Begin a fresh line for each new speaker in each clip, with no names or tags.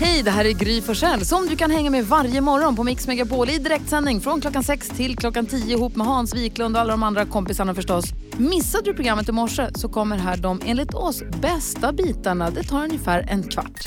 Hej, det här är Gry Forssell som du kan hänga med varje morgon på Mix Megapol i direktsändning från klockan 6 till klockan 10 ihop med Hans Wiklund och alla de andra kompisarna förstås. Missade du programmet i morse så kommer här de enligt oss bästa bitarna. Det tar ungefär en kvart.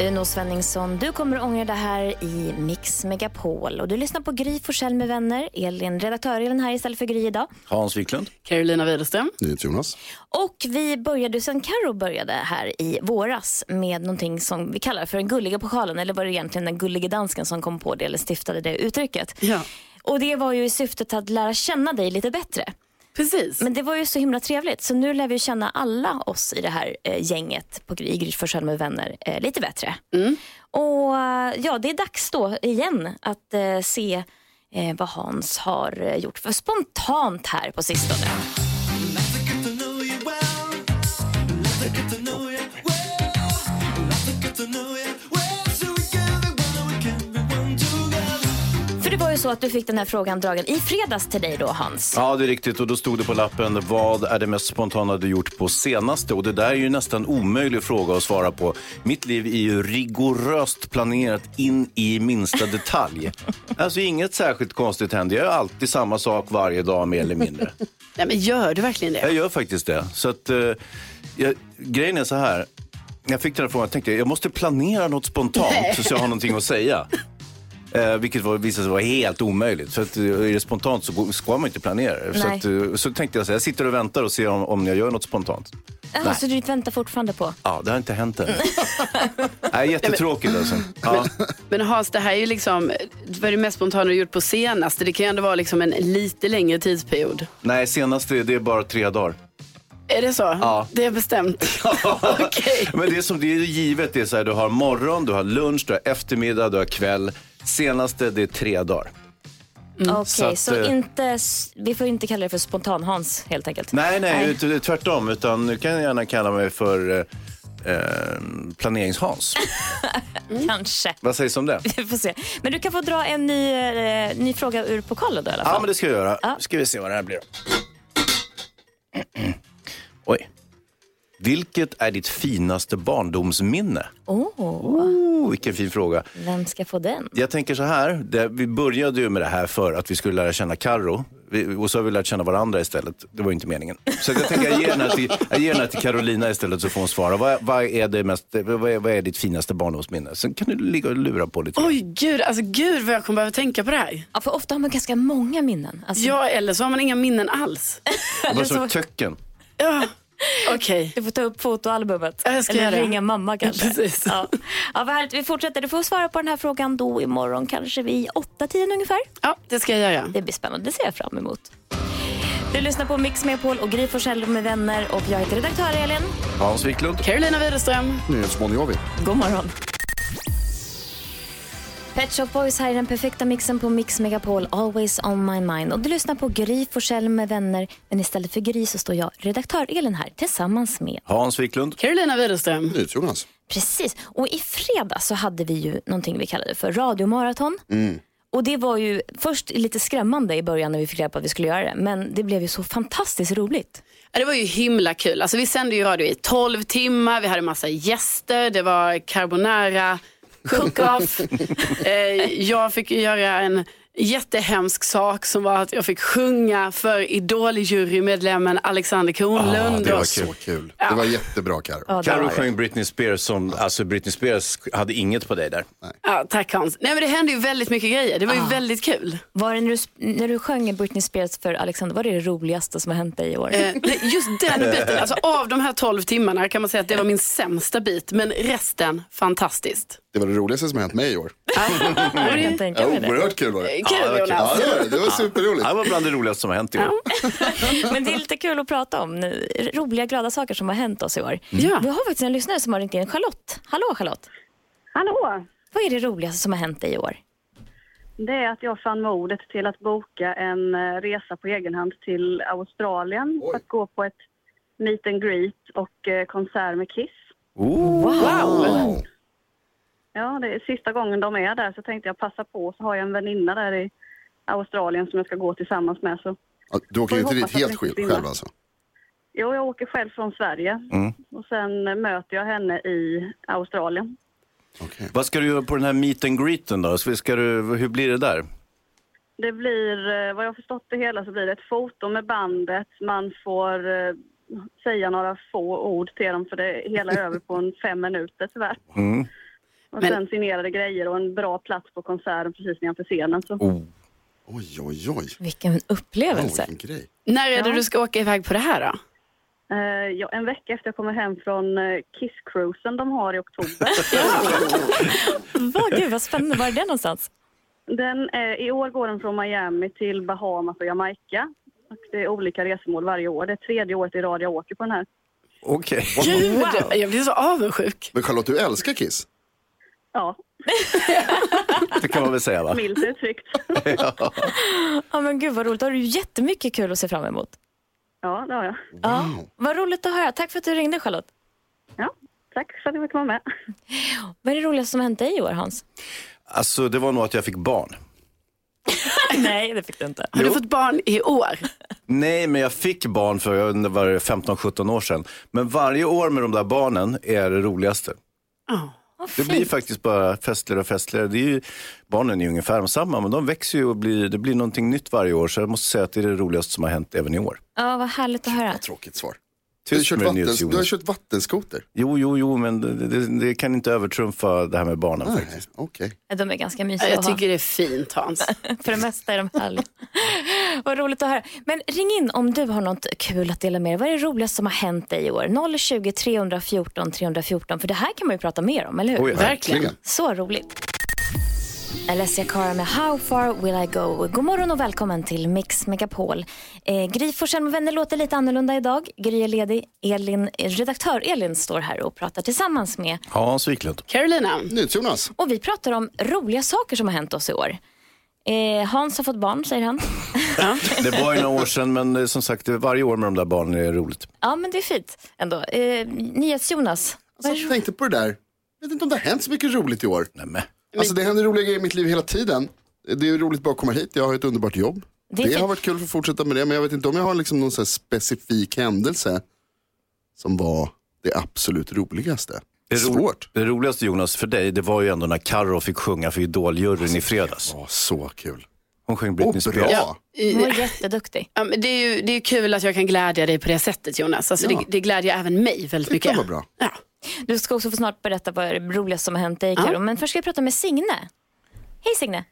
Uno Svenningsson, du kommer att ångra det här i Mix Megapol. Och du lyssnar på Gry Forssell med vänner. Elin, redaktör Elin här istället för Gry idag.
Hans Wiklund.
Carolina Widerström.
Jonas.
Och vi började, sen Karo började här i våras med någonting som vi kallar för den gulliga pokalen. Eller var det egentligen den gulliga dansken som kom på det eller stiftade det uttrycket.
Ja.
Och det var ju i syftet att lära känna dig lite bättre.
Precis.
Men det var ju så himla trevligt. Så nu lär vi ju känna alla oss i det här eh, gänget på Gry- i Gry Forssell med vänner eh, lite bättre. Och eh, ja, det är dags då igen att eh, se eh, vad Hans har eh, gjort för spontant här på sistone. För det var ju så att du fick den här frågan dragen i fredags till dig då Hans.
Ja, det är riktigt. Och då stod det på lappen, vad är det mest spontana du gjort på senaste? Och det där är ju nästan omöjlig fråga att svara på. Mitt liv är ju rigoröst planerat in i minsta detalj. alltså inget särskilt konstigt händer. Jag gör alltid samma sak varje dag mer eller mindre.
Nej, men gör du verkligen det?
Jag gör faktiskt det. Så att, eh, jag, grejen är så här. Jag fick den här frågan och tänkte jag måste planera något spontant så jag har någonting att säga. Eh, vilket var, visade sig vara helt omöjligt. Så att, eh, är det spontant så går- ska man inte planera det. Så,
Nej.
att, eh, så tänkte jag så här, jag sitter och väntar och ser om, om jag gör något spontant.
Jaha, så du väntar fortfarande på?
Ja, det har inte hänt än. Nej, jättetråkigt alltså. Ja.
Men Hans, det här är ju liksom vad är det mest spontana du gjort på senaste. Det kan ju ändå vara liksom en lite längre tidsperiod.
Nej, senast det, det är bara tre dagar.
Är det så? Ja. Det är bestämt. Okej.
Men det är som det är givet, det är så här, du har morgon, du har lunch, du har eftermiddag, du har kväll. Senaste, det är tre dagar.
Mm.
Okej,
Så
så,
att, eh,
inte, s- vi får ju inte kalla det för spontan-Hans helt enkelt.
Nej, nej, ut- ut- tvärtom. Utan nu kan jag gärna kalla mig för eh, eh, planeringshans.
Kanske.
Vad sägs om det?
Vi får se. Men du kan få dra en ny, eh, ny fråga ur pokalen då i alla fall.
Ja, men det ska jag göra. Ska vi se vad det här blir. Oj. Vilket är ditt finaste barndomsminne?
Åh,
Oh, vilken fin fråga.
vem ska få den?
Jag tänker så här, det, vi började ju med det här för att vi skulle lära känna Karo. Vi, och så har vi lärt känna varandra istället. Det var ju inte meningen. Så jag tänker jag ger den här till, jag ger den här till Carolina istället så får hon svara. Vad, vad, är, det mest, vad, är, vad är ditt finaste barndomsminne? Sen kan du ligga och lura på lite. grann.
Oj, gud, alltså, gud vad jag kommer behöva tänka på det här.
Ja, för ofta har man ganska många minnen. Alltså,
Ja, eller så har man inga minnen alls.
det var som ett töcken.
Ja, okej.
Du får ta upp fotoalbumet.
Ja, jag ska
Eller
göra det.
ringa mamma kanske.
Ja, precis.
Ja. Ja, vad härligt. Vi fortsätter. Du får svara på den här frågan då imorgon kanske vid 8-10 ungefär.
Ja, det ska jag göra.
Det blir spännande. Det ser jag fram emot. Du lyssnar på Mix Megapol och Gry Forssell med vänner och jag heter redaktör Elin.
Hans Wiklund.
Carolina Widerström.
Nyhetsmorgon
God morgon. Pet Shop Boys här i den perfekta mixen på Mix Megapol, Always on my mind. Och du lyssnar på Gry Forssell med vänner, men istället för Gry så står jag, redaktör Elin här, tillsammans med.
Hans Wiklund.
Carolina Widerström.
Nyhetsjonas.
Precis, och i fredag så hade vi ju någonting vi kallade för radiomaraton. Och det var ju först lite skrämmande i början när vi fick reda på att vi skulle göra det, men det blev ju så fantastiskt roligt.
Ja, det var ju himla kul. Alltså, vi sände ju radio i 12 timmar, vi hade massa gäster, det var carbonara, cook-off. eh, jag fick göra en jättehemsk sak som var att jag fick sjunga för Idol-jurymedlemmen Alexander Kronlund.
Ah, det var
Och-
kul.
Så kul. Det var jättebra Carro.
Ja, det
Karo
var det.
sjöng Britney Spears som, alltså Britney Spears hade inget på dig där.
Ja, tack Hans. Nej, men det hände ju väldigt mycket grejer, det var ju
Ah.
väldigt kul.
Var det när du, när du sjöng Britney Spears för Alexander, var det det roligaste som har hänt dig i år?
Eh, nej, just den biten, alltså, av de här 12 timmarna kan man säga att det var min sämsta bit, men resten fantastiskt.
Det var det roligaste som har hänt mig i år.
Jag kan tänka mig det.
Oerhört kul var det.
Kul
Ja,
det var kul.
Jonas.
det var, det. Det var superroligt.
Det var bland det roligaste som har hänt i år.
Men det är lite kul att prata om nu. roliga, glada saker som har hänt oss i år.
Ja.
Vi har faktiskt en lyssnare som har ringt in. Charlotte, hallå Charlotte.
Hallå!
Vad är det roligaste som har hänt dig i år?
Det är att jag fann modet till att boka en eh, resa på egen hand till Australien för att gå på ett meet and greet och eh, konsert med Kiss.
Wow.
Ja, det är sista gången de är där så tänkte jag passa på så har jag en väninna där i Australien som jag ska gå tillsammans med. Så.
Ja, Du åker
Jag
inte dit
hoppas att
helt
det
själv
försvinner.
själv alltså?
Jo, jag åker själv från Sverige och sen möter jag henne i Australien.
Okej.
Vad ska du göra på den här meet and greeten då? Ska ska du, hur blir det där?
Det blir, eh, vad jag har förstått det hela, så blir det ett foto med bandet. Man får eh, säga några få ord till dem, för det hela är över på en fem minuter tyvärr. Och
Men-
sen signerade grejer och en bra plats på konserten precis nedanför scenen. Så.
Oh.
Oj, oj, oj.
Vilken
Ja,
upplevelse.
vilken grej.
När är det du ska åka iväg på det här då?
Eh, ja, en vecka efter jag kommer hem från eh, Kiss-cruisen de har i oktober.
Vad, gud, vad spännande. Var är det någonstans?
Den, eh, I år går den från Miami till Bahamas och Jamaica. Och det är olika resmål varje år. Det är tredje året i rad jag åker på den här.
Okej.
Gud, jag blir så avundsjuk.
Men Charlotte, du älskar Kiss.
Ja,
Det kan man väl säga va?
milt uttryckt.
Ja, men gud vad roligt. Då har du jättemycket kul att se fram emot.
ja, det har jag.
Ja, vad roligt att höra. Tack för att du ringde Charlotte.
Ja, tack för att du fick vara med.
Vad är det roligaste som har hänt dig i år Hans?
Alltså det var nog att jag fick barn.
Nej, det fick du inte.
Har du fått barn i år?
Nej, men jag fick barn för jag undrar, var det 15-17 år sedan. Men varje år med de där barnen är det roligaste.
Ja.
Det blir faktiskt bara festligare och festligare. Det är ju, barnen är ju ungefär samma, men de växer ju och blir, det blir någonting nytt varje år. Så jag måste säga att det är det roligaste som har hänt även i år.
Ja, vad härligt att höra.
Tråkigt svar. Du har
Tyst
kört,
med det,
vatten,
Nils
du har
Jonas.
kört vattenskoter?
Jo, jo, jo, men det, det, det kan inte övertrumfa det här med barnen faktiskt.
Nej, Okej.
De är ganska mysiga
Jag
att ha.
tycker det är fint Hans.
För det mesta är de härliga. vad roligt att höra. Men ring in om du har något kul att dela med dig. Vad är det roligaste som har hänt dig i år? 020 314 314. För det här kan man ju prata mer om, eller hur?
Oj, Oh ja.
Verkligen.
Så roligt. Alessia Cara med How far will I go? God morgon och välkommen till Mix Megapol. Eh, Gry Forssell med vänner låter lite annorlunda idag. Gry är ledig. Elin, eh, redaktör Elin står här och pratar tillsammans med.
Hans Wiklund.
Carolina,
NyhetsJonas. alltså,
Och vi pratar om roliga saker som har hänt oss i år. Eh, Hans har fått barn, säger han.
Det var ju några år sedan, men eh, som sagt, det- varje år med de där barnen är det roligt.
ja, men det är fint ändå. Eh, NyhetsJonas.
Alltså, jag tänkte på det där. Jag vet inte om det har hänt så mycket roligt i år.
Nej, men.
Alltså det händer roliga grejer i mitt liv hela tiden. Det är roligt bara att komma hit, jag har ett underbart jobb.
Det
Det,
är fint.
har varit kul för att fortsätta med det, men jag vet inte om jag har liksom någon så här specifik händelse som var det absolut roligaste. Det är
ro-
Svårt.
Det roligaste Jonas för dig, det var ju ändå när Carro fick sjunga för Idoljuryn i fredags.
Ja, så kul.
Hon sjöng
Och
Britney
bra.
Spears.
Hon var jätteduktig.
ja, men det, är ju, det är kul att jag kan glädja dig på det sättet Jonas. Alltså,
Ja.
det, det glädjer även mig väldigt mycket.
Det var bra.
Ja.
Du ska också få snart berätta vad det roligaste som har hänt dig, Karo. Men först ska jag prata med Signe. Hej Signe.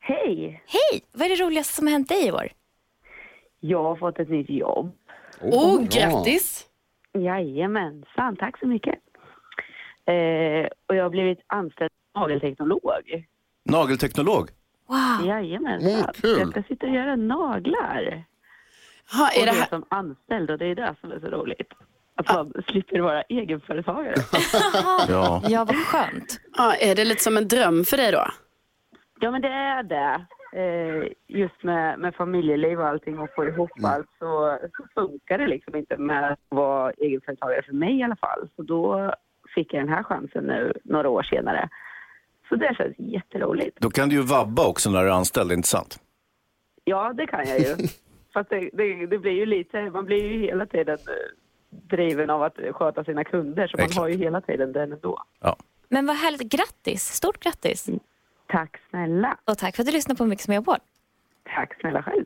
Hej!
Hej! Vad är det roligaste som har hänt dig i år?
Jag har fått ett nytt jobb.
Åh,
bra.
grattis!
Jajamensan, tack så mycket. Eh, och jag har blivit anställd som nagelteknolog.
Nagelteknolog.
Wow.
Jajamensan.
Åh, kul.
Jag ska sitta och göra naglar.
Ha,
Och
är det
det
här,
som anställd och det är det som är så roligt. Att man slipper vara egenföretagare.
Ja.
Ja, vad skönt.
ja, är det lite som en dröm för dig då?
ja men det är det. Eh, just med, med familjeliv och allting och få ihop allt så, så funkar det liksom inte med att vara egenföretagare för mig i alla fall. Så då fick jag den här chansen nu några år senare. Så det känns jätteroligt.
Då kan du ju vabba också när du är anställd, inte sant?
Ja, det kan jag ju. Fast det, det, det blir ju lite, man blir ju hela tiden eh, driven av att sköta sina kunder så man
Exakt.
har ju hela tiden den ändå.
Ja.
Men vad härligt. Grattis. Stort grattis.
Mm.
Tack snälla.
Och tack för att du lyssnade på Mix Megapol.
Tack snälla själv.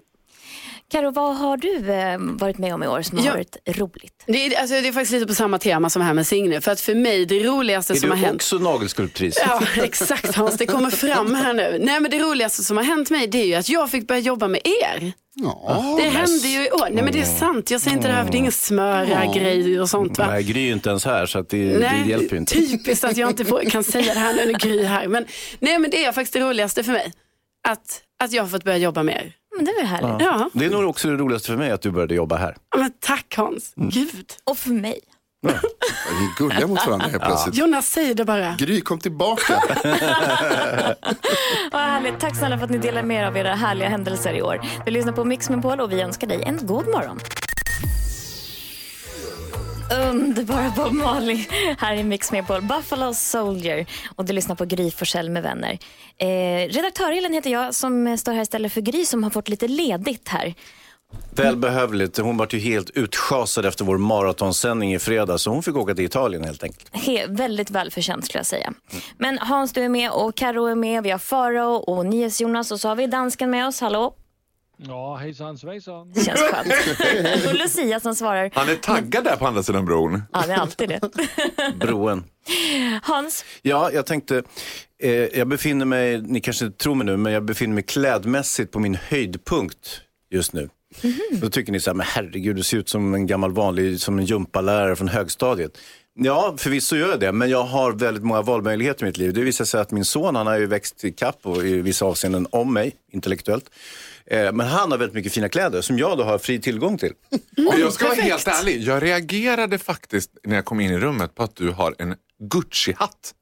Karo, vad har du eh, varit med om i år som har
Ja.
varit roligt?
Det är, alltså, det är faktiskt lite på samma tema som här med Signe. För att för mig, det roligaste
Är
som har
du
hänt...
också nagelskulptris?
Ja, exakt Hans. Det kommer fram här nu. Nej, men det roligaste som har hänt mig, det är ju att jag fick börja jobba med er.
Ja.
Det hände ju i år. Nej, men det är
Mm.
sant. Jag säger inte det här för det är ingen smöra-grej och sånt. Va?
Nej, Gry är ju inte ens här, så att det, det hjälper ju inte.
typiskt att jag inte får, kan säga det här nu när Gry är här. Men, nej, men det är faktiskt det roligaste för mig. Att, att jag har fått börja jobba med er.
Men det var härligt.
Ja,
Det är nog också det roligaste för mig att du började jobba här.
men tack Hans.
Mm.
Gud.
Och för mig.
Vi är gulliga mot varandra helt plötsligt.
Jonas säger det bara.
Gry, kom tillbaka.
Vad härligt. Tack snälla för att ni delar med er av era härliga händelser i år. Du lyssnar på Mix Megapol och vi önskar dig en god morgon. Underbara Bob Marley här i Mix Megapol. Buffalo Soldier. Och du lyssnar på Gry Forssell med vänner. Eh, redaktör Elin heter jag som står här istället för Gry som har fått lite ledigt här.
Välbehövligt. Hon var ju helt utschasad efter vår maratonsändning i fredags. Så hon fick åka till Italien helt enkelt.
He, väldigt välförtjänt skulle jag säga. Men Hans, du är med och Karo är med. Vi har Farao och NyhetsJonas och så har vi dansken med oss. Hallå?
Ja, hejsan svejsan.
Det känns skönt. Och Lucia som svarar.
Han är taggad där på andra sidan bron.
Mm,
Ja, det är alltid det.
Broen.
Hans,
Ja, jag tänkte, eh, jag befinner mig, ni kanske inte tror mig nu, men jag befinner mig klädmässigt på min höjdpunkt just nu. Då tycker ni så här, men herregud, du ser ut som en gammal vanlig, som en gympalärare från högstadiet. Ja, förvisso gör jag det, men jag har väldigt många valmöjligheter i mitt liv. Det visar sig att min son, han har ju växt i kapp och i vissa avseenden om mig, intellektuellt. Eh, Men han har väldigt mycket fina kläder som jag då har fri tillgång till.
och jag ska vara helt ärlig, jag reagerade faktiskt när jag kom in i rummet på att du har en Gucci-hatt.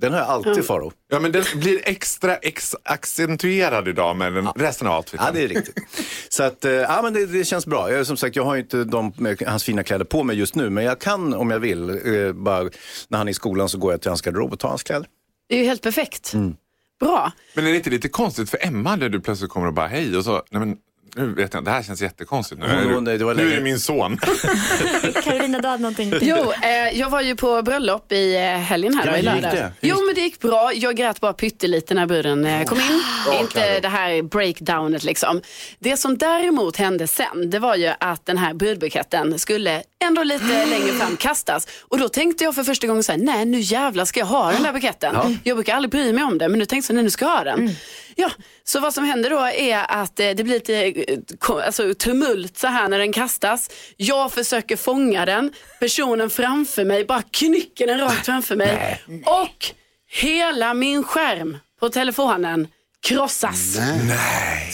Den har jag alltid, Faro.
Ja, men den blir extra ex accentuerad idag med den, resten av outfiten.
Ja, det är riktigt. Så att, eh, ja, men det, det känns bra. Jag, som sagt, jag har ju inte de, med hans fina kläder på mig just nu, men jag kan om jag vill. Eh, bara, när han är i skolan så går jag till hans garderob och tar hans kläder.
Det är ju helt perfekt.
Mm.
Bra.
Men är det inte lite konstigt för Emma när du plötsligt kommer och bara hej och så, nej men nu vet jag inte, det här känns jättekonstigt. Nu
Hon-
är,
hon- det var
du, nu
länge-
är det min son.
Carolina, du hade någonting.
Jo, eh, jag var ju på bröllop i eh, helgen här.
Ja,
då, i
hur gick
lördags.
det?
Jo, men det gick bra. Jag grät bara pyttelite när bruden eh, kom in.
Ah,
Inte det här breakdownet liksom. Det som däremot hände sen, det var ju att den här brudbuketten skulle ändå lite längre fram kastas. Och då tänkte jag för första gången så här, nej nu jävlar ska jag ha den där buketten. Jag brukar aldrig bry mig om det, men nu tänkte jag, nej nu ska jag ha den. Ja, så vad som händer då är att eh, det blir lite eh, ko- alltså, tumult så här när den kastas. Jag försöker fånga den. Personen framför mig bara knycker den rakt framför mig. Och hela min skärm på telefonen krossas. Så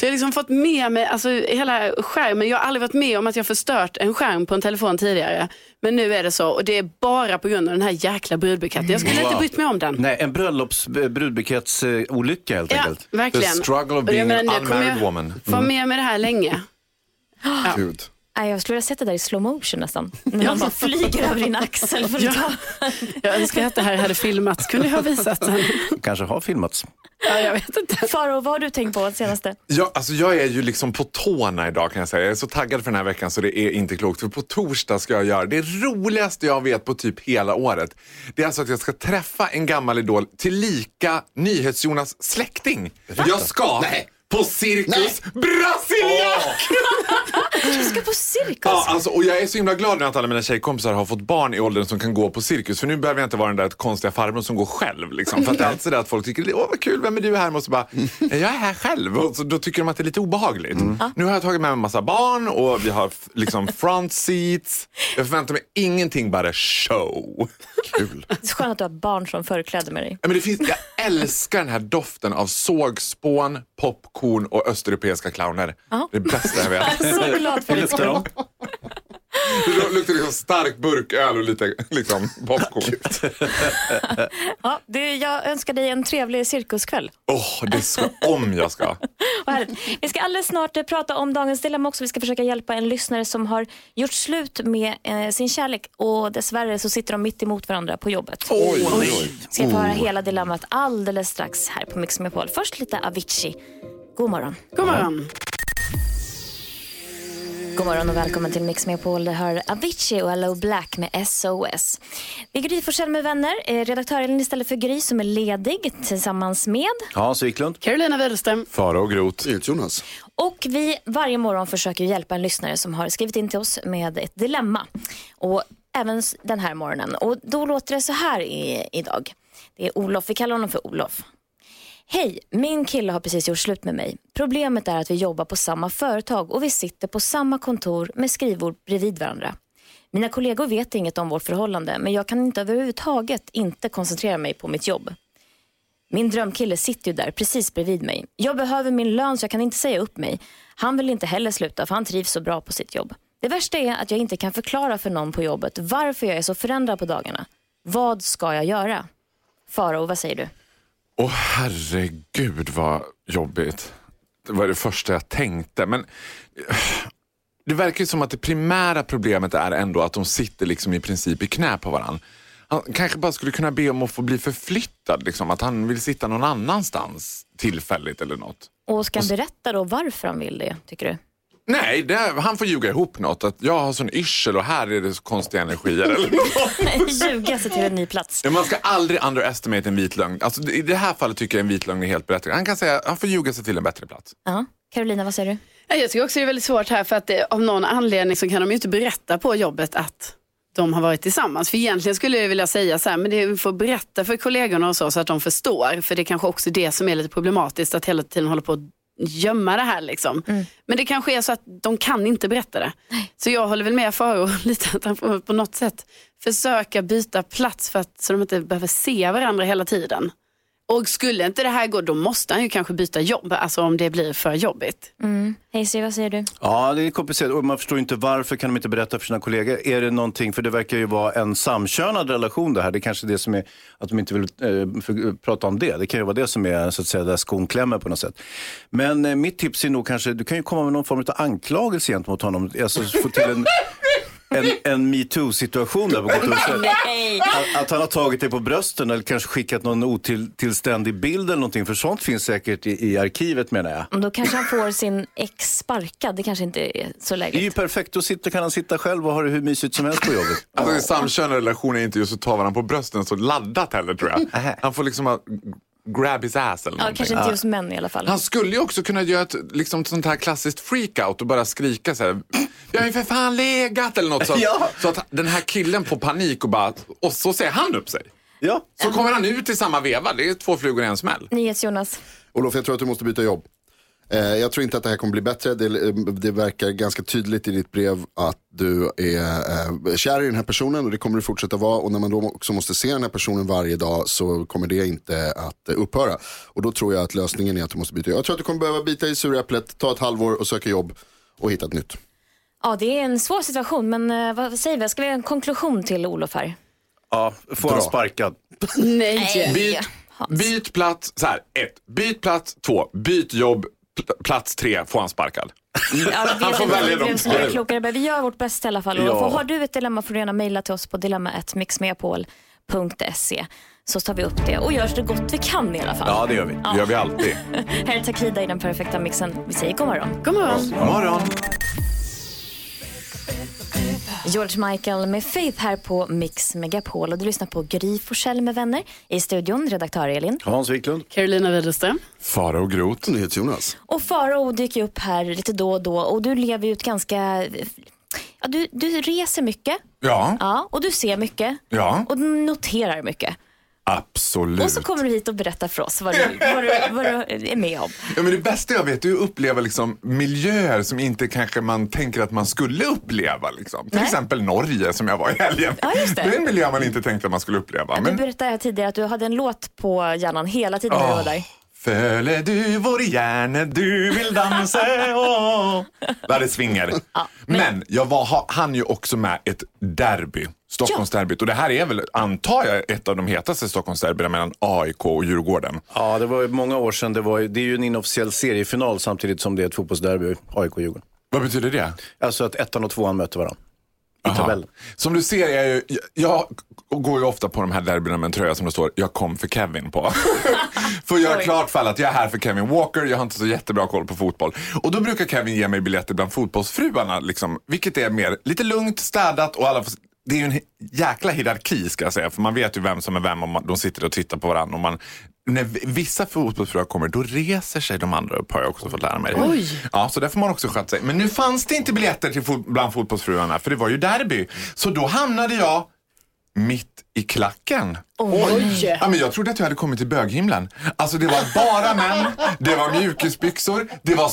jag har liksom fått med mig alltså, hela skärmen. Jag har aldrig varit med om att jag förstört en skärm på en telefon tidigare. Men nu är det så och det är bara på grund av den här jäkla brudbuketten. Jag skulle inte brytt mig om den.
Nej, en bröllops eh, brudbuketsolycka helt
Ja,
enkelt.
verkligen.
The struggle of
Och
being
jag menar,
an
nu kommer
unmarried
jag
woman. Mm.
Få med mig det här länge.
Gud.
Nej, jag skulle ha sett det där i slow motion nästan. När man bara flyger över din axel. För att ta-
Jag önskar att det här hade filmats. Kunde jag ha visat den?
Kanske har filmats.
Ja, jag vet inte.
Faro, vad har du tänkt på senaste?
Ja, alltså jag är ju liksom på tårna idag kan jag säga. Jag är så taggad för den här veckan så det är inte klokt. För på torsdag ska jag göra det roligaste jag vet på typ hela året. Det är alltså att jag ska träffa en gammal idol tillika NyhetsJonas släkting. Jag ska på Cirkus Brasilia!
Du ska på cirkus.
Ja, alltså, och jag är så himla glad nu att alla mina tjejkompisar har fått barn i åldern som kan gå på cirkus. För nu behöver jag inte vara den där konstiga farbrorn som går själv. Liksom. För att det är alltid det att folk tycker, åh vad kul, vem är du här? Och så bara, jag är här själv. Och så, då tycker de att det är lite obehagligt. Mm. Nu har jag tagit med mig en massa barn och vi har f- liksom front seats. Jag förväntar mig ingenting, bara show.
Kul.
Det är så skönt att du har barn som förkläder med dig.
Ja, Men det finns, jag älskar den här doften av sågspån, popcorn och östeuropeiska clowner. Det är det bästa jag vet.
Jag är så glad för det.
Lyfter dem.
Det luktar liksom stark burköl och lite liksom, popcorn.
Ja, du, jag önskar dig en trevlig cirkuskväll.
Åh, det ska om jag ska.
Vad härligt. Vi ska alldeles snart eh, prata om dagens dilemma också. Vi ska försöka hjälpa en lyssnare som har gjort slut med eh, sin kärlek och dessvärre så sitter de mitt emot varandra på jobbet.
Oj,
Ska få höra hela dilemmat alldeles strax här på Mix Megapol. Först lite Avicii. God morgon.
God morgon.
God morgon och välkommen till Mix Megapol. Det hör Avicii och Hello Black med SOS. Det är Gry Forssell med vänner, eh, redaktören istället för Gry som är ledig tillsammans med.
Hans Wiklund.
Carolina Widerström.
Fara och grot.
Jonas.
Och vi varje morgon försöker hjälpa en lyssnare som har skrivit in till oss med ett dilemma. Och även s- den här morgonen. Och då låter det så här i, idag. Det är Olof, vi kallar honom för Olof. Hej, min kille har precis gjort slut med mig. Problemet är att vi jobbar på samma företag och vi sitter på samma kontor med skrivbord bredvid varandra. Mina kollegor vet inget om vårt förhållande men jag kan inte överhuvudtaget inte koncentrera mig på mitt jobb. Min drömkille sitter ju där precis bredvid mig. Jag behöver min lön så jag kan inte säga upp mig. Han vill inte heller sluta för han trivs så bra på sitt jobb. Det värsta är att jag inte kan förklara för någon på jobbet varför jag är så förändrad på dagarna. Vad ska jag göra? Farao, vad säger du?
Åh herregud vad jobbigt. Det var det första jag tänkte. Men eh, det verkar ju som att det primära problemet är ändå att de sitter liksom i princip i knä på varandra. Han kanske bara skulle kunna be om att få bli förflyttad. Liksom, att han vill sitta någon annannstans tillfälligt eller något.
Och ska han berätta då varför han vill det, tycker du?
Nej, det, han får ljuga ihop något. Att jag har sån yrsel och här är det så konstiga energier. Eller något.
Ljuga sig till en ny plats.
Ja, man ska aldrig underestimate en vit lögn. Alltså, I det här fallet tycker jag en vit lögn är helt berättigad. Han kan säga han får ljuga sig till en bättre plats.
Ja. Carolina, vad säger du?
Nej, Jag tycker också det är väldigt svårt här för att det, av någon anledning så kan de ju inte berätta på jobbet att de har varit tillsammans. För egentligen skulle jag vilja säga så här, men det, vi får berätta för kollegorna och så, så att de förstår. För det är kanske också det som är lite problematiskt, att hela tiden hålla på att gömma det här. Liksom. Men det kanske är så att de kan inte berätta det. Så jag håller väl med Faro lite att han får på något sätt försöka byta plats för att, så de inte behöver se varandra hela tiden. Och skulle inte det här gå, då måste han ju kanske byta jobb, alltså om det blir för jobbigt.
Hazy, vad säger du?
Ja, det är komplicerat och man förstår inte varför kan de inte berätta för sina kollegor. Är det någonting, för det verkar ju vara en samkönad relation det här. Det är kanske det som är, att de inte vill eh, för, prata om det. Det kan ju vara det som är så att säga där skon klämmer på något sätt. Men eh, mitt tips är nog kanske, du kan ju komma med någon form av anklagelse gentemot honom. Alltså få till en, en, en metoo-situation där på gott och ont.
Nej.
Att- Att han har tagit det på brösten eller kanske skickat någon otillständig bild eller någonting. För sånt finns säkert i, i arkivet menar jag.
Då kanske han får sin ex sparkad. Det kanske inte är så
Det är ju
lägligt.
perfekt, då sitter, kan han sitta själv och ha det hur mysigt som helst på jobbet.
Alltså, en samkönad relation är inte just att ta varandra på brösten så laddat heller tror jag. Han får liksom ha, grab his ass eller
Ja,
någonting.
kanske inte just män i alla fall.
Han skulle ju också kunna göra ett liksom, sånt här klassiskt freakout och bara skrika så här. Jag har ju för fan legat eller något. Så att,
Ja.
så att den här killen får panik och bara, och så ser han upp sig.
Ja.
Så kommer han ut i samma veva. Det är två flugor i en smäll.
NyhetsJonas.
Olof, jag tror att du måste byta jobb. Eh, jag tror inte att det här kommer bli bättre. Det, eh, det verkar ganska tydligt i ditt brev att du är eh, kär i den här personen och det kommer du fortsätta vara. Och när man då också måste se den här personen varje dag så kommer det inte att eh, upphöra. Och då tror jag att lösningen är att du måste byta jobb. Jag tror att du kommer behöva bita i suräpplet, ta ett halvår och söka jobb och hitta ett nytt.
Ja, det är en svår situation, men eh, vad säger vi? Ska vi ha en konklusion till Olof här?
Ja, får han sparkad.
Nej.
Byt, byt plats, så här, ett, byt plats, två, byt jobb, pl- plats tre, får han sparkad.
Ja, vi
Han
vet
får
inte
välja
om
de
det blev så mycket
två.
klokare, men vi gör vårt bästa i alla fall.
Ja.
Och har du ett dilemma får du gärna mejla till oss på dilemma.mixmegapol.se så tar vi upp det och gör så gott vi kan i alla fall.
Ja, det gör vi.
Det gör vi alltid.
Här är Takida i den perfekta mixen. Vi säger god morgon.
God morgon.
Morgon.
George Michael med Faith här på Mix Megapol och du lyssnar på Gry Forssell med vänner. I studion redaktör Elin.
Hans Wiklund.
Carolina Widerström.
Fara och grot.
Nyhets-Jonas.
Och Farao dyker ju upp här lite då och då och du lever ju ett ganska... Ja, du, du reser mycket
Ja,
ja, och du ser mycket
ja,
och noterar mycket. Och
absolut.
så kommer du hit och berättar för oss vad du, vad du, vad du är med om.
Ja, men det bästa jag vet är att uppleva liksom miljöer som inte kanske man tänker att man skulle uppleva. Liksom. Till
Nej.
exempel Norge som jag var i helgen.
Ja, just det.
är en miljö man inte tänkte att man skulle uppleva.
Du
Men
berättade här tidigare att du hade en låt på hjärnan hela tiden när du
Ah.
var där.
Föle du vår hjärne, du vill dansa åh. Där det svingar. men... jag var, ha- hann ju också med ett derby. Stockholmsderbyt. Och det här är väl, antar jag, ett av de hetaste Stockholmsderbyna mellan AIK och Djurgården.
Ja, det var ju många år sedan. Det, var, ju- det är ju en inofficiell seriefinal samtidigt som det är ett fotbollsderby, AIK-Djurgården.
Vad betyder det?
Alltså att ettan och tvåan möter varandra i
Aha.
tabellen.
Som du ser, jag, är ju, jag jag går ju ofta på de här derbyna med en tröja som det står “Jag kom för Kevin” på. för att göra klart för alla att jag är här för Kevin Walker, jag har inte så jättebra koll på fotboll. Och då brukar Kevin ge mig biljetter bland fotbollsfruarna, liksom, vilket är mer lite lugnt, städat och alla får, det är ju en jäkla hierarki ska jag säga, för man vet ju vem som är vem och man, de sitter och tittar på varandra. Och man, när v- vissa fotbollsfruar kommer, då reser sig de andra upp har jag också fått lära mig. Ja, så där får man också sköta sig. Men nu fanns det inte biljetter till fot- bland fotbollsfruarna, för det var ju derby. Så då hamnade jag mitt i klacken.
Oj.
Ja, men jag trodde att jag hade kommit till böghimlen. Alltså det var bara män, det var mjukisbyxor, det var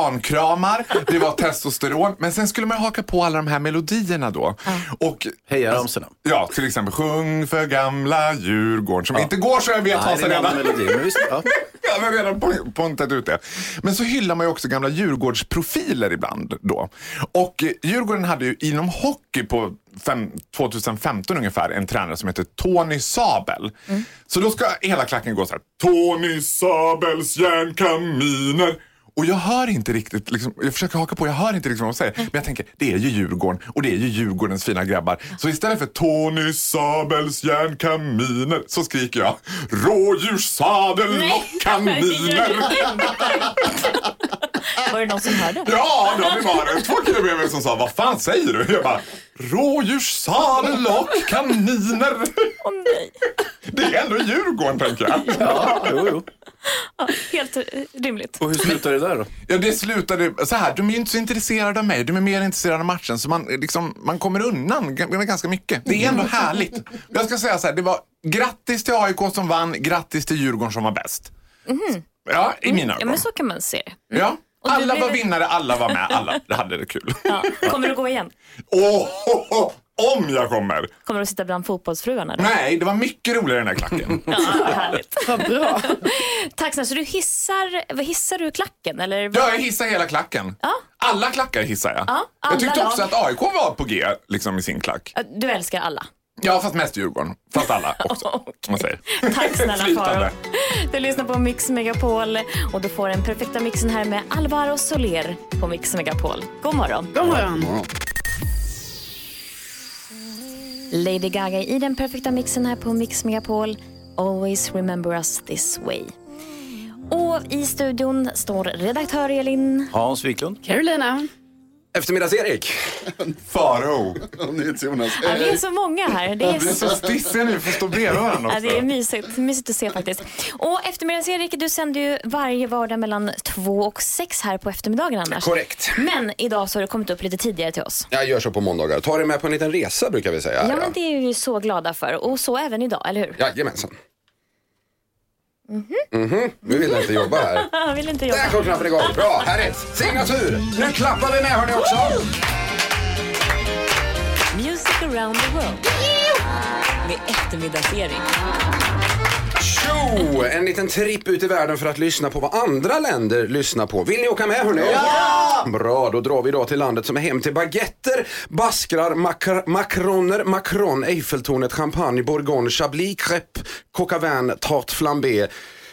spontankramar, det var testosteron. Men sen skulle man ju haka på alla de här melodierna då. Och
Heja ramsorna.
Ja, till exempel sjung för gamla Djurgården som inte går så jag vet
Nej,
vad
det är en
som
annan melodi. Men visst, ja.
jag har redan po- pontat ut det. Men så hyllar man ju också gamla Djurgårdsprofiler ibland då. Och eh, Djurgården hade ju inom hockey på fem, 2015 ungefär en tränare som heter Tony Sabel. Så då ska hela klacken gå så här. Tony Sabels järnkaminer. Och jag hör inte riktigt, liksom, jag försöker haka på, jag hör inte riktigt vad de säger. Men jag tänker, det är ju Djurgården och det är ju Djurgårdens fina grabbar. Så istället för Tony Sabels järnkaminer så skriker jag rådjurssadel och
Nej,
kaniner.
Var det någon som hörde?
Ja, de var det. Två killar bredvid mig som sa, vad fan säger du? Jag bara, rådjurssadel och kaniner.
Åh nej.
Det är ändå Djurgården tänker jag.
Ja, jo, jo.
Ja, helt eh, rimligt.
Och hur slutar det där då?
Ja, det slutade så här, de är ju inte så intresserade av mig, de är mer intresserade av matchen. Så man, eh, liksom, man kommer undan g- med ganska mycket. Det är ändå härligt. Jag ska säga så här, det var grattis till AIK som vann, grattis till Djurgården som var bäst. Ja, i mina
Mhm. Ja,
ögon.
men så kan man se det.
Ja.
Och du
Alla
blev-
var vinnare, alla var med, alla hade det kul.
Ja. Kommer du gå igen?
Åh, ho, ho, om jag kommer!
Kommer du sitta bland fotbollsfruarna? Då?
Nej, det var mycket roligare den här klacken.
Ja, härligt.
Vad bra.
Tack snälla. Så du hissar, vad hissar du klacken? Eller?
Ja, jag hissade hela klacken. Alla klackar hissar jag.
Ja, alla
jag tyckte också
lag.
att AIK var på G liksom, i sin klack.
Du älskar alla.
Ja, fast mest Djurgården. Fast alla också. om man säger.
Tack snälla Faro.
Flytande.
Du lyssnar på Mix Megapol och du får den perfekta mixen här med Alvaro Soler på Mix Megapol. God morgon.
God morgon.
Lady Gaga i den perfekta mixen här på Mix Megapol. Always remember us this way. Och i studion står redaktör Elin.
Hans Wiklund?
Carolina.
Eftermiddags-Erik.
Faro.
Jonas.
Ja, vi är så många här. Det är
Vi är så stissiga nu, vi får stå bredvid varandra
Ja,
också.
det är mysigt. mysigt att se faktiskt. Och Eftermiddags-Erik, du sänder ju varje vardag mellan två och sex här på eftermiddagen annars.
Korrekt.
Men idag så har du kommit upp lite tidigare till oss.
Jag gör så på måndagar. Ta dig med på en liten resa brukar vi säga. här,
Ja, men det är vi så glada för. Och så även idag, eller hur?
Jajamensan. Mhm. Nu vill jag inte jobba här.
Jag vill inte
Där
jobba.
går knappen igång. Bra, härligt. Signatur. Nu klappar vi med hörni också.
Music around the world. Med Eftermiddags-Erik.
Tjo! En liten tripp ut i världen för att lyssna på vad andra länder lyssnar på. Vill ni åka med hörni? Ja! Bra, då drar vi idag till landet som är hem till baguetter, baskrar, makr- makroner, makron, Eiffeltornet, champagne, bourgogne, chablis, crêpe, coq à vin, tarte flambé,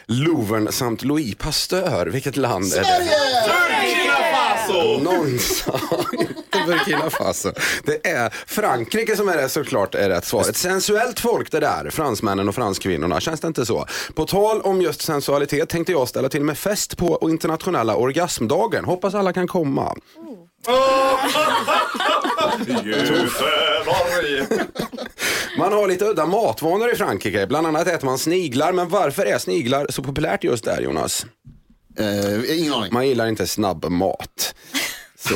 louvern samt Louis Pasteur. Vilket land är det?
Burkina Faso!
Någon sa inte Burkina Faso. Det är Frankrike som är det såklart är rätt svar. Ett sensuellt folk det där, fransmännen och franskvinnorna. Känns det inte så? På tal om just sensualitet tänkte jag ställa till med fest på internationella orgasmdagen. Hoppas alla kan komma.
Göteborg.
Man har lite udda matvanor i Frankrike. Bland annat äter man sniglar. Men varför är sniglar så populärt just där Jonas?
Eh, ingen aning.
Man gillar inte snabb mat. Så.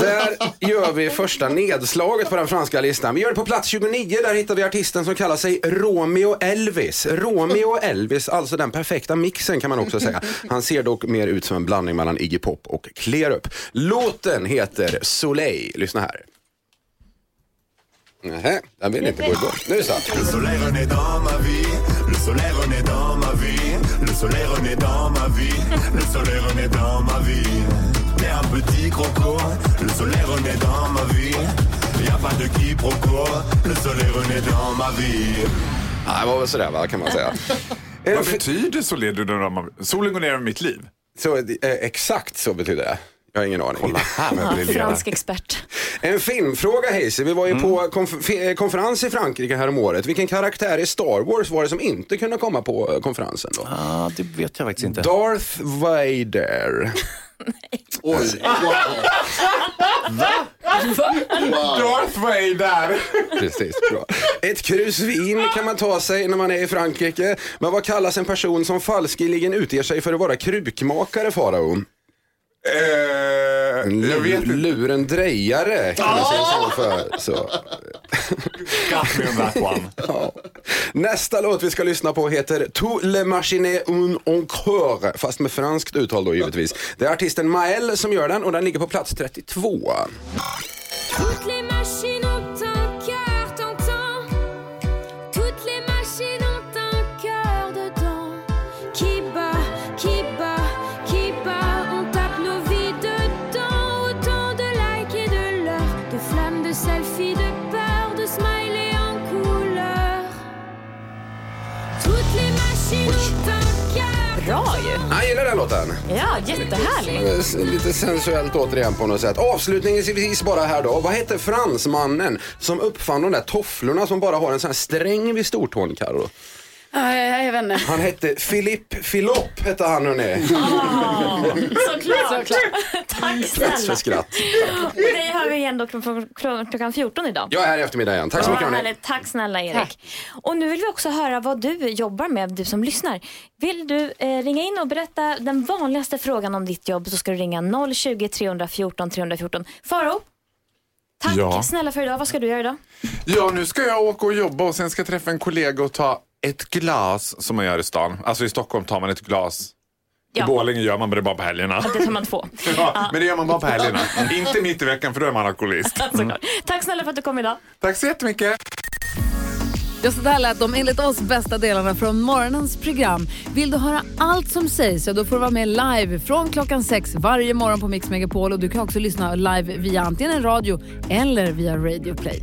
Där gör vi första nedslaget på den franska listan. Vi gör det på plats 29. Där hittar vi artisten som kallar sig Romeo Elvis. Romeo Elvis, alltså den perfekta mixen kan man också säga. Han ser dock mer ut som en blandning mellan Iggy Pop och Clearup. Låten heter Soleil. Lyssna här. Nähä, den vill inte gå igång. Nu så. Ja, det var väl sådär va, kan man säga. En
Vad
f-
betyder solen? Solen går ner över mitt liv.
så, eh, exakt så betyder det. Jag har ingen aning.
Här med
Ja, fransk expert.
En filmfråga Hayes. Vi var ju
Mm.
på konf- fi- eh, konferens i Frankrike häromåret. Vilken karaktär i Star Wars var det som inte kunde komma på eh, konferensen då?
Ja, det vet jag faktiskt inte.
Darth Vader.
Oj.
Darth Vader.
Precis, bra. Ett krusvin kan man ta sig när man är i Frankrike. Men vad kallas en person som falskeligen utger sig för att vara krukmakare, Farao?
Eh, jag vet inte.
Lurendrejare kan man säga så för. Så.
Got me on that one.
Ja. Nästa låt vi ska lyssna på heter Tout le machiné un encore, fast med franskt uttal då givetvis. Det är artisten Mael som gör den och den ligger på plats 32.
Toutes les machines ont un cœur, t'entends Toutes les machines ont un cœur dedans Qui bat, qui bat, qui bat On tape nos vies dedans Autant de likes et de leurs De flammes, de selfies, de peur De smileys en couleur Toutes les machines ont un cœur
Bra ju.
Jag gillar den låten.
Ja, jättehärlig.
Eh, s- Lite sensuellt återigen på något sätt. Avslutningsvis bara här då. Vad hette fransmannen som uppfann de där tofflorna som bara har en sån här sträng vid stortån, Carro?
Nej, jag vet inte.
Han hette Philippe Philopp hette han hörni.
Såklart. Tack
Tack för
snälla.
skratt.
Och dig hör vi igen då klockan klockan 14 idag.
Jag är här i eftermiddag igen. Tack så
Ja,
mycket
vad
hörni.
härligt. Tack snälla Erik. Och nu vill vi också höra vad du jobbar med, du som lyssnar. Vill du eh, ringa in och berätta den vanligaste frågan om ditt jobb så ska du ringa 020-314 314. Faro, tack
Ja.
snälla för idag. Vad ska du göra idag?
Ja, nu ska jag åka och jobba och sen ska jag träffa en kollega och ta ett glas som man gör i stan. Alltså i Stockholm tar man ett glas.
Ja.
I Borlänge gör man det bara på helgerna.
Det tar man två.
Ja, men det gör man bara på helgerna. Inte mitt i veckan för då är man alkoholist.
Tack snälla för att du kom idag.
Tack så jättemycket.
Ja, så där lät de enligt oss bästa delarna från morgonens program. Vill du höra allt som sägs, ja, då får du vara med live från klockan sex varje morgon på Mix Megapol. Och du kan också lyssna live via antingen en radio eller via Radio Play.